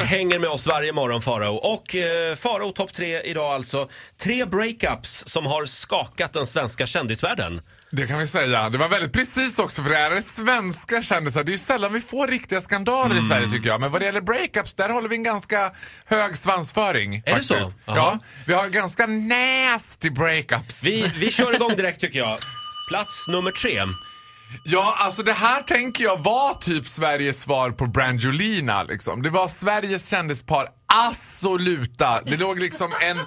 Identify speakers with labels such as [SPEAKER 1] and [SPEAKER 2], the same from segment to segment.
[SPEAKER 1] hänger med oss varje morgon, Farao. Och eh, Farao topp tre idag alltså. Tre breakups som har skakat den svenska kändisvärlden.
[SPEAKER 2] Det kan vi säga. Det var väldigt precis också för det här är svenska kändisar. Det är ju sällan vi får riktiga skandaler
[SPEAKER 1] Mm.
[SPEAKER 2] i Sverige tycker jag. Men vad det gäller breakups, där håller vi en ganska hög svansföring.
[SPEAKER 1] Är det så?
[SPEAKER 2] faktiskt.
[SPEAKER 1] Jaha.
[SPEAKER 2] Ja, vi har ganska nasty breakups.
[SPEAKER 1] Vi, vi kör igång direkt tycker jag. Plats nummer tre.
[SPEAKER 2] Ja, alltså det här tänker jag var typ Sveriges svar på Brangelina liksom. Det var Sveriges kändispar absoluta. Det låg liksom en,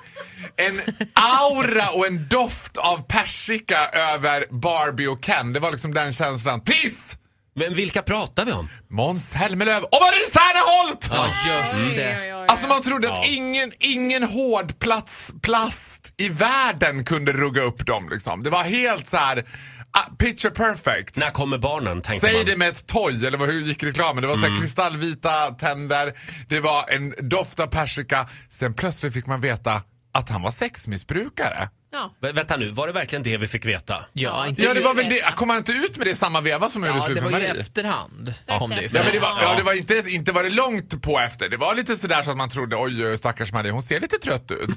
[SPEAKER 2] en aura och en doft av persika över Barbie och Ken. Det var liksom den känslan. Tills
[SPEAKER 1] Men vilka pratar vi om?
[SPEAKER 2] Måns Zelmerlöw och Marie Serneholt!
[SPEAKER 1] Ja,
[SPEAKER 3] Just
[SPEAKER 4] Oj,
[SPEAKER 3] det.
[SPEAKER 4] oj, oj.
[SPEAKER 2] Alltså man trodde
[SPEAKER 1] Ja.
[SPEAKER 2] att ingen, ingen hård plats, plast i världen kunde rugga upp dem liksom. Det var helt så här ah, picture perfect.
[SPEAKER 1] När kommer barnen, tänkte
[SPEAKER 2] Säg
[SPEAKER 1] man.
[SPEAKER 2] det med ett toj, eller vad- hur gick reklamen? Det var så här kristallvita tänder, det var en doft av persika. Sen plötsligt fick man veta att han var sexmissbrukare.
[SPEAKER 4] Ja.
[SPEAKER 1] Vä- vänta nu, var det verkligen det vi fick veta?
[SPEAKER 3] Ja, inte
[SPEAKER 2] Ja, det var väl det. Kom han inte ut med det i samma veva som han gjorde
[SPEAKER 3] Ja,
[SPEAKER 2] slut
[SPEAKER 3] det
[SPEAKER 2] med
[SPEAKER 3] var ju
[SPEAKER 2] Marie?
[SPEAKER 3] efterhand.
[SPEAKER 4] Ja.
[SPEAKER 3] Kom det ju
[SPEAKER 2] Ja,
[SPEAKER 3] fram.
[SPEAKER 2] men det var, ja,
[SPEAKER 1] Ja.
[SPEAKER 2] det var inte, inte var det långt på efter. Det var lite sådär så att man trodde oj, stackars Marie, hon ser lite trött ut.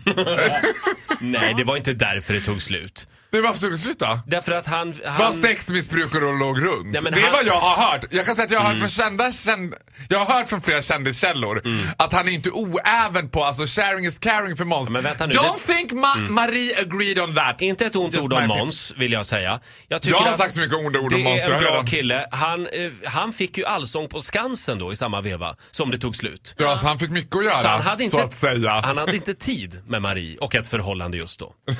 [SPEAKER 1] Nej, det var inte därför det tog slut.
[SPEAKER 2] det var absolut slut då.
[SPEAKER 1] Därför att han...
[SPEAKER 2] Var
[SPEAKER 1] han...
[SPEAKER 2] sexmissbrukare och låg runt.
[SPEAKER 1] Nej, men
[SPEAKER 2] det
[SPEAKER 1] han-
[SPEAKER 2] är
[SPEAKER 1] Mm.
[SPEAKER 2] vad jag har hört. Jag kan säga att jag har hört från kända känd... Jag har hört från flera kändiskällor att han är inte oäven på alltså sharing is caring för Måns.
[SPEAKER 1] Ja, men vänta nu, Mm.
[SPEAKER 2] Don't think Ma- Marie agreed on that.
[SPEAKER 1] Inte ett ont
[SPEAKER 2] Just
[SPEAKER 1] ord
[SPEAKER 2] my
[SPEAKER 1] om
[SPEAKER 2] opinion.
[SPEAKER 1] Måns, vill jag säga. Jag, tycker
[SPEAKER 2] Jag har
[SPEAKER 1] att
[SPEAKER 2] sagt så mycket onda ord
[SPEAKER 1] det
[SPEAKER 2] om Måns.
[SPEAKER 1] är en
[SPEAKER 2] jag
[SPEAKER 1] bra
[SPEAKER 2] redan.
[SPEAKER 1] kille. Han, eh, han fick ju allsång på Skansen då i samma veva som det tog slut.
[SPEAKER 2] Ja, så han fick mycket att göra,
[SPEAKER 1] Så han hade,
[SPEAKER 2] så
[SPEAKER 1] inte,
[SPEAKER 2] att säga.
[SPEAKER 1] han hade inte tid med Marie och ett förhållande just då. Det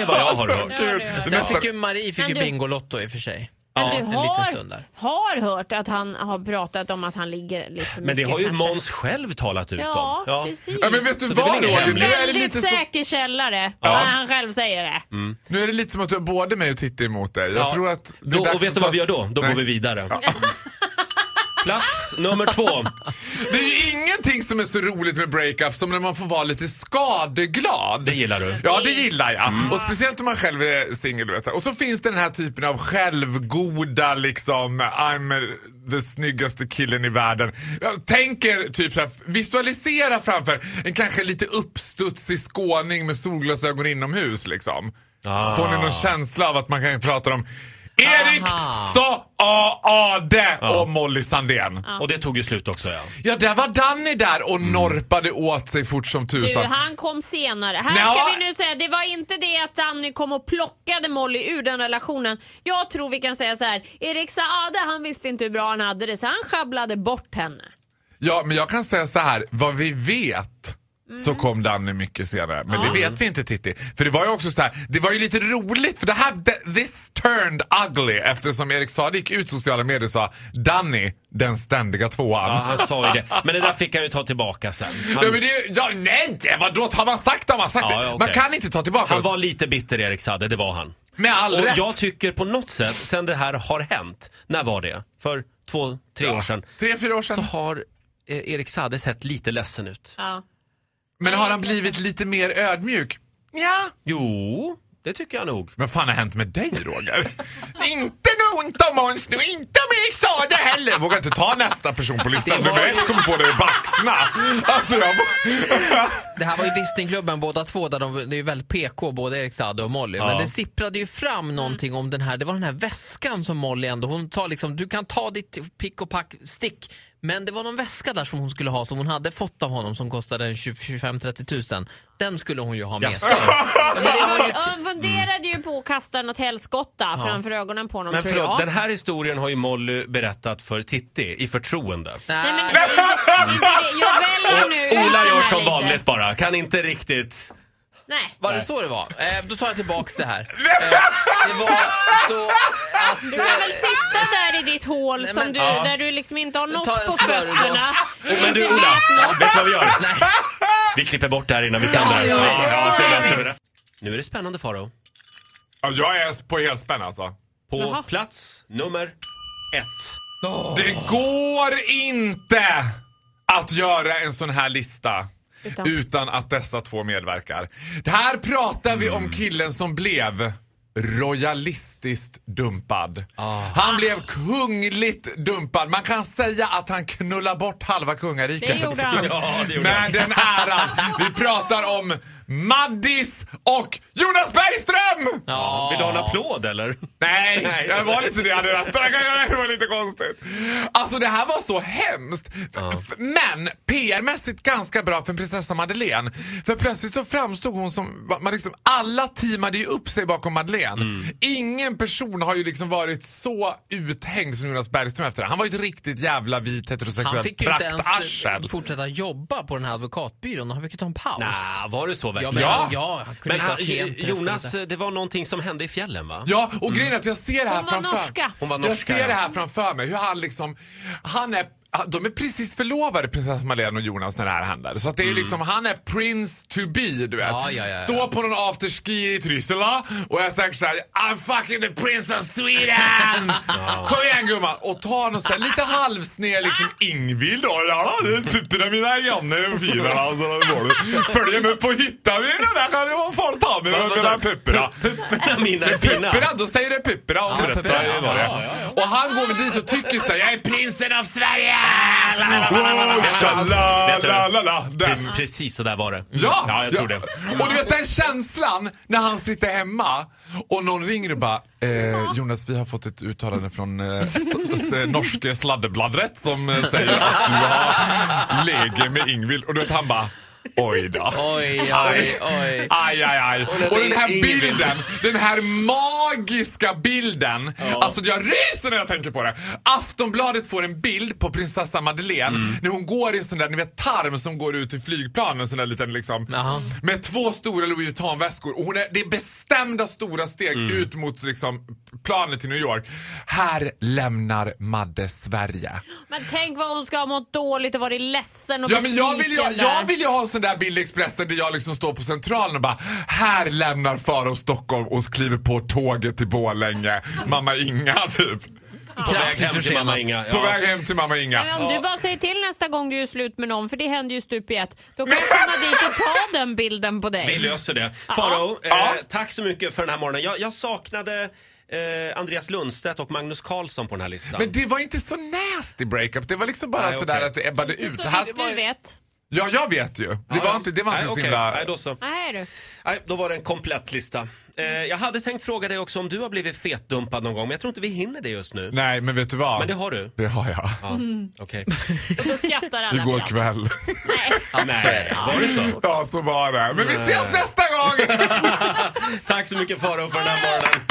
[SPEAKER 1] är vad jag har hört.
[SPEAKER 4] Ja, det är-
[SPEAKER 3] Sen
[SPEAKER 2] Nästa-
[SPEAKER 3] fick ju Marie fick
[SPEAKER 4] Men
[SPEAKER 3] ju
[SPEAKER 4] du-
[SPEAKER 3] Bingolotto i och för sig.
[SPEAKER 4] Men du
[SPEAKER 3] en liten stund där.
[SPEAKER 4] har, har hört att han har pratat om att han ligger lite mycket
[SPEAKER 1] Men det har ju
[SPEAKER 4] kanske.
[SPEAKER 1] Måns själv talat ut
[SPEAKER 4] Ja,
[SPEAKER 1] om. Ja.
[SPEAKER 4] precis.
[SPEAKER 2] Ja, men vet du
[SPEAKER 1] Så det är väl
[SPEAKER 2] vad
[SPEAKER 1] ingen
[SPEAKER 2] Roger? Nu är, det
[SPEAKER 4] Väldigt
[SPEAKER 2] lite så,
[SPEAKER 4] säker källare,
[SPEAKER 2] Ja.
[SPEAKER 4] när han själv säger det.
[SPEAKER 2] nu är det lite som att du har både mig och Titti emot dig. Jag
[SPEAKER 1] Ja.
[SPEAKER 2] tror att det är
[SPEAKER 1] Då,
[SPEAKER 2] dags
[SPEAKER 1] och vet
[SPEAKER 2] att
[SPEAKER 1] du vad
[SPEAKER 2] ta-
[SPEAKER 1] vi gör då? Då
[SPEAKER 2] Nej.
[SPEAKER 1] går vi vidare. Plats nummer två.
[SPEAKER 2] Det är ju ingenting som är så roligt med breakup som när man får vara lite skadeglad.
[SPEAKER 1] Det gillar du.
[SPEAKER 2] Ja, det gillar jag. Och speciellt om man själv är singel. du vet så här. Och så finns det den här typen av självgoda liksom, I'm eh, the snyggaste killen i världen. Jag tänker typ så här, visualisera framför en kanske lite uppstudsig skåning med solglasögon inomhus liksom.
[SPEAKER 1] Ah.
[SPEAKER 2] Får ni någon känsla av att man kan prata om Erik
[SPEAKER 3] Aha.
[SPEAKER 2] Saade och Molly Sandén.
[SPEAKER 1] Och det tog ju slut också ja.
[SPEAKER 2] Ja, där var Danny där och norpade åt sig fort som
[SPEAKER 4] Du,
[SPEAKER 2] tusan.
[SPEAKER 4] han kom senare. Här
[SPEAKER 2] Nja.
[SPEAKER 4] ska vi nu säga, det var inte det att Danny kom och plockade Molly ur den relationen. Jag tror vi kan säga så här, Erik Saade han visste inte hur bra han hade det så han sjabblade bort henne.
[SPEAKER 2] Ja, men jag kan säga så här, vad vi vet så kom Danny mycket senare. Men det vet vi inte Titti. För det var ju också så här, det var ju lite roligt för det här, th- this turned ugly eftersom Erik Saade gick ut i sociala medier och sa Danny, den ständiga tvåan.
[SPEAKER 1] ja. Han sa ju det. Men det där fick han ju ta tillbaka sen. Han,
[SPEAKER 2] Ja, men det, ja, nej, vadå? Har man sagt det har man sagt
[SPEAKER 1] Ja,
[SPEAKER 2] det.
[SPEAKER 1] ja,
[SPEAKER 2] Man
[SPEAKER 1] okej.
[SPEAKER 2] kan inte ta tillbaka
[SPEAKER 1] han
[SPEAKER 2] det.
[SPEAKER 1] var lite bitter Erik Saade, det var han.
[SPEAKER 2] Med all
[SPEAKER 1] Och
[SPEAKER 2] rätt.
[SPEAKER 1] jag tycker på något sätt, sen det här har hänt, när var det? För två, tre år sedan.
[SPEAKER 2] Tre, fyra år
[SPEAKER 1] Så
[SPEAKER 2] sedan.
[SPEAKER 1] har eh, Erik Saade sett lite ledsen ut.
[SPEAKER 4] Ja.
[SPEAKER 2] Men har han blivit lite mer ödmjuk? Ja.
[SPEAKER 1] Jo, det tycker jag nog.
[SPEAKER 2] Vad fan har hänt med dig Roger? inte något ont om Måns nu, inte om Erik Saade heller. Vågar inte ta nästa person på listan.
[SPEAKER 3] Det var
[SPEAKER 2] Nummer
[SPEAKER 3] ju-
[SPEAKER 2] ett kommer få dig att baxna. Alltså jag...
[SPEAKER 3] Det här var ju Disneyklubben båda två, där de, det är ju väldigt PK, både Erik Saade och Molly. Men det sipprade ju fram någonting om den här, det var den här väskan som Molly ändå, hon tar liksom, du kan ta ditt pick och pack, stick. Men det var någon väska där som hon skulle ha, som hon hade fått av honom som kostade 25-30 tusen. Den skulle hon ju ha med sig. Men det var ju-
[SPEAKER 4] Han funderade ju på att kasta något helskotta framför ögonen på honom
[SPEAKER 1] Men
[SPEAKER 4] tror
[SPEAKER 1] förlåt,
[SPEAKER 4] jag.
[SPEAKER 1] den här historien har ju Molly berättat för Titti i förtroende.
[SPEAKER 4] Nej, men,
[SPEAKER 3] Nej.
[SPEAKER 4] inte det. jag väljer nu ut den
[SPEAKER 1] Ola
[SPEAKER 4] här
[SPEAKER 1] gör som
[SPEAKER 4] lite.
[SPEAKER 1] vanligt bara, kan inte riktigt...
[SPEAKER 4] Nej.
[SPEAKER 3] Var det så det var? Eh, då tar jag tillbaks det här. Eh, det var så
[SPEAKER 4] Du
[SPEAKER 3] att...
[SPEAKER 4] kan väl sitta där i ditt hål
[SPEAKER 3] Nej,
[SPEAKER 4] som
[SPEAKER 3] men-
[SPEAKER 4] du,
[SPEAKER 3] Ja.
[SPEAKER 4] där du liksom inte har något
[SPEAKER 3] Ta en
[SPEAKER 4] på
[SPEAKER 3] smörgås.
[SPEAKER 4] fötterna.
[SPEAKER 1] Oh, men du Ola, vet du vad vi gör? Vi klipper bort det här innan vi sänder.
[SPEAKER 3] Ja, ja,
[SPEAKER 1] Ja, ja, så
[SPEAKER 4] ja.
[SPEAKER 1] löser vi det. Nu är det spännande Faro.
[SPEAKER 2] Ja, jag är på helspänn alltså.
[SPEAKER 1] På
[SPEAKER 4] Jaha.
[SPEAKER 1] plats nummer ett.
[SPEAKER 2] Det går inte att göra en sån här lista
[SPEAKER 4] Utan.
[SPEAKER 2] utan, att dessa två medverkar. Det här pratar vi om killen som blev royalistiskt dumpad. Han blev kungligt dumpad. Man kan säga att han knullar bort halva kungariket.
[SPEAKER 4] Det gjorde han.
[SPEAKER 1] Ja, det gjorde han.
[SPEAKER 2] Med den äran. Vi pratar om Maddis och Jonas Bergström!
[SPEAKER 3] Ja.
[SPEAKER 1] Vill du ha en applåd eller?
[SPEAKER 2] Nej, jag var lite det jag hade väntat. Det var lite konstigt. Alltså det här var så hemskt. F- f- Men PR-mässigt ganska bra för prinsessa Madeleine. För plötsligt så framstod hon som... va- Man liksom, alla teamade ju upp sig bakom Madeleine. Ingen person har ju liksom varit så uthängd som Jonas Bergström efter det. Han var ju ett riktigt jävla vit
[SPEAKER 3] Han
[SPEAKER 2] heterosexuellt
[SPEAKER 3] fick ju inte ens eh,
[SPEAKER 2] praktarsel.
[SPEAKER 3] fortsätta jobba på den här advokatbyrån. Han fick ju ta en paus.
[SPEAKER 1] Nej, var det så
[SPEAKER 3] Ja,
[SPEAKER 1] verkligen?
[SPEAKER 3] men,
[SPEAKER 2] Ja.
[SPEAKER 3] ja. ja, han kunde
[SPEAKER 1] Men han,
[SPEAKER 3] inte ha klient
[SPEAKER 1] Jonas,
[SPEAKER 3] efter det.
[SPEAKER 1] det var någonting som hände i fjällen va?
[SPEAKER 2] Ja, och grejen är att jag ser det här
[SPEAKER 4] Hon var
[SPEAKER 2] framför
[SPEAKER 4] norska.
[SPEAKER 1] Mm. Hon var
[SPEAKER 2] jag
[SPEAKER 1] norska,
[SPEAKER 2] ser det
[SPEAKER 1] ja.
[SPEAKER 2] här framför mig. Hur han liksom, han är de är precis förlovade prinsessan Madeleine och Jonas när det här händer. Så att
[SPEAKER 1] Mm.
[SPEAKER 2] det är liksom, han är prince to be du vet.
[SPEAKER 3] Ja, ja, ja, ja.
[SPEAKER 2] Står på någon afterski i Trysila och jag säger såhär I'm fucking the prince of Sweden! Kom igen gumman! Och tar någon såhär lite halvsned liksom Ingvild då. Ja, det är pupporna mina grannar och fina. Alltså, det går det. Följ med upp och hitta mig. Det där kan ju vara folk ta mig.
[SPEAKER 1] Vad
[SPEAKER 2] De
[SPEAKER 1] sa
[SPEAKER 2] där
[SPEAKER 1] du?
[SPEAKER 2] pupporna.
[SPEAKER 1] Mina fina.
[SPEAKER 2] Puppera, då säger det Puppera om det
[SPEAKER 1] Puppera,
[SPEAKER 2] röstar i
[SPEAKER 1] ja,
[SPEAKER 2] Norge.
[SPEAKER 1] ja,
[SPEAKER 2] Och han går väl dit och tycker så här, jag är prinsen av Sverige!
[SPEAKER 1] la, la, la.
[SPEAKER 2] Vet du?
[SPEAKER 1] la, la,
[SPEAKER 2] Den.
[SPEAKER 1] Precis, precis så där var det.
[SPEAKER 2] Ja!
[SPEAKER 1] ja jag tror det.
[SPEAKER 2] Och du vet den känslan när han sitter hemma och någon ringer och bara eh, Jonas vi har fått ett uttalande från eh, s- s- norske sladdebladret som eh, säger att du har läge med Ingvild och du vet han bara Oj då.
[SPEAKER 3] Oj, oj, oj.
[SPEAKER 2] Aj, aj, aj. Och den här bilden, den här magiska bilden. Alltså jag ryser när jag tänker på det. Aftonbladet får en bild på prinsessa Madeleine när hon går i en sån där, ni vet tarm som går ut till flygplanen, en sån där liten liksom.
[SPEAKER 3] Jaha.
[SPEAKER 2] Med två stora Louis Vuitton-väskor. Och hon är, det är bestämda stora steg ut mot liksom, planet till New York. Här lämnar Madde Sverige.
[SPEAKER 4] Men tänk vad hon ska ha mått dåligt och varit ledsen och
[SPEAKER 2] Ja, men jag, vill ju,
[SPEAKER 4] besviken
[SPEAKER 2] jag
[SPEAKER 4] där.
[SPEAKER 2] vill ju ha en sån där bild i Expressen där jag liksom står på Centralen och bara Här lämnar Farao Stockholm och kliver på tåget till Borlänge. Mamma Inga typ.
[SPEAKER 1] På väg
[SPEAKER 3] Kraftigt
[SPEAKER 1] hem till mamma
[SPEAKER 3] försenat.
[SPEAKER 1] Inga.
[SPEAKER 2] På
[SPEAKER 1] Ja.
[SPEAKER 2] väg hem till mamma Inga.
[SPEAKER 4] Men om du bara säger till nästa gång du är slut med någon, för det händer ju stup i ett, då kan jag komma dit och ta den bilden på
[SPEAKER 1] Vi
[SPEAKER 4] dig.
[SPEAKER 1] löser det. Faro,
[SPEAKER 2] Ja.
[SPEAKER 1] eh, tack så mycket för den här morgonen. Jag, jag saknade eh, Andreas Lundstedt och Magnus Karlsson på den här listan.
[SPEAKER 2] Men det var inte så nasty breakup. Det var liksom bara
[SPEAKER 1] Nej,
[SPEAKER 2] sådär
[SPEAKER 1] okej.
[SPEAKER 2] att det ebbade ut.
[SPEAKER 4] Så
[SPEAKER 2] Här-
[SPEAKER 4] vitt du vet.
[SPEAKER 2] Ja, jag vet ju. Det var inte, det var inte
[SPEAKER 1] Nej,
[SPEAKER 2] så
[SPEAKER 1] okej.
[SPEAKER 2] himla...
[SPEAKER 1] Nej, då så.
[SPEAKER 4] Nej du.
[SPEAKER 1] Nej, då var det en komplett lista. Eh, jag hade tänkt fråga dig också om du har blivit fetdumpad någon gång, men jag tror inte vi hinner det just nu.
[SPEAKER 2] Nej, men vet du vad?
[SPEAKER 1] Men det har du?
[SPEAKER 2] Det har jag.
[SPEAKER 1] Ja, okej.
[SPEAKER 4] Och då skrattar alla.
[SPEAKER 2] Igår
[SPEAKER 4] glatt.
[SPEAKER 2] kväll.
[SPEAKER 4] Nej.
[SPEAKER 1] Nej, var det så?
[SPEAKER 2] Ja, så var det. Men vi ses nästa gång!
[SPEAKER 1] Tack så mycket Faro för den här morgonen.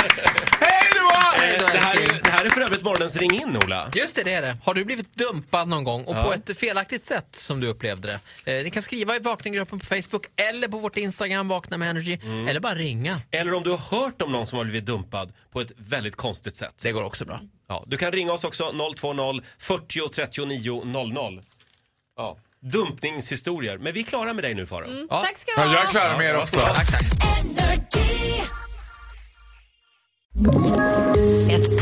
[SPEAKER 2] Hej då!
[SPEAKER 1] Eh, det, här är, det här är för övrigt morgonens Ring in, Ola.
[SPEAKER 3] Just det, det är det. Har du blivit dumpad någon gång och på ett felaktigt sätt som du upplevde det? Eh, ni kan skriva i vakninggruppen på Facebook eller på vårt Instagram, Vakna med Energy,
[SPEAKER 1] Mm.
[SPEAKER 3] eller bara ringa.
[SPEAKER 1] Eller om du har hört om någon som har blivit dumpad på ett väldigt konstigt sätt.
[SPEAKER 3] Det går också bra.
[SPEAKER 1] Ja, du kan ringa oss också 020 40 39 00. Ja. Dumpningshistorier. Men vi är klara med dig nu Farao.
[SPEAKER 3] Ja.
[SPEAKER 4] Tack ska du
[SPEAKER 2] Ja,
[SPEAKER 4] ha.
[SPEAKER 2] jag är klar med er också.
[SPEAKER 3] Tack, tack.
[SPEAKER 5] Ett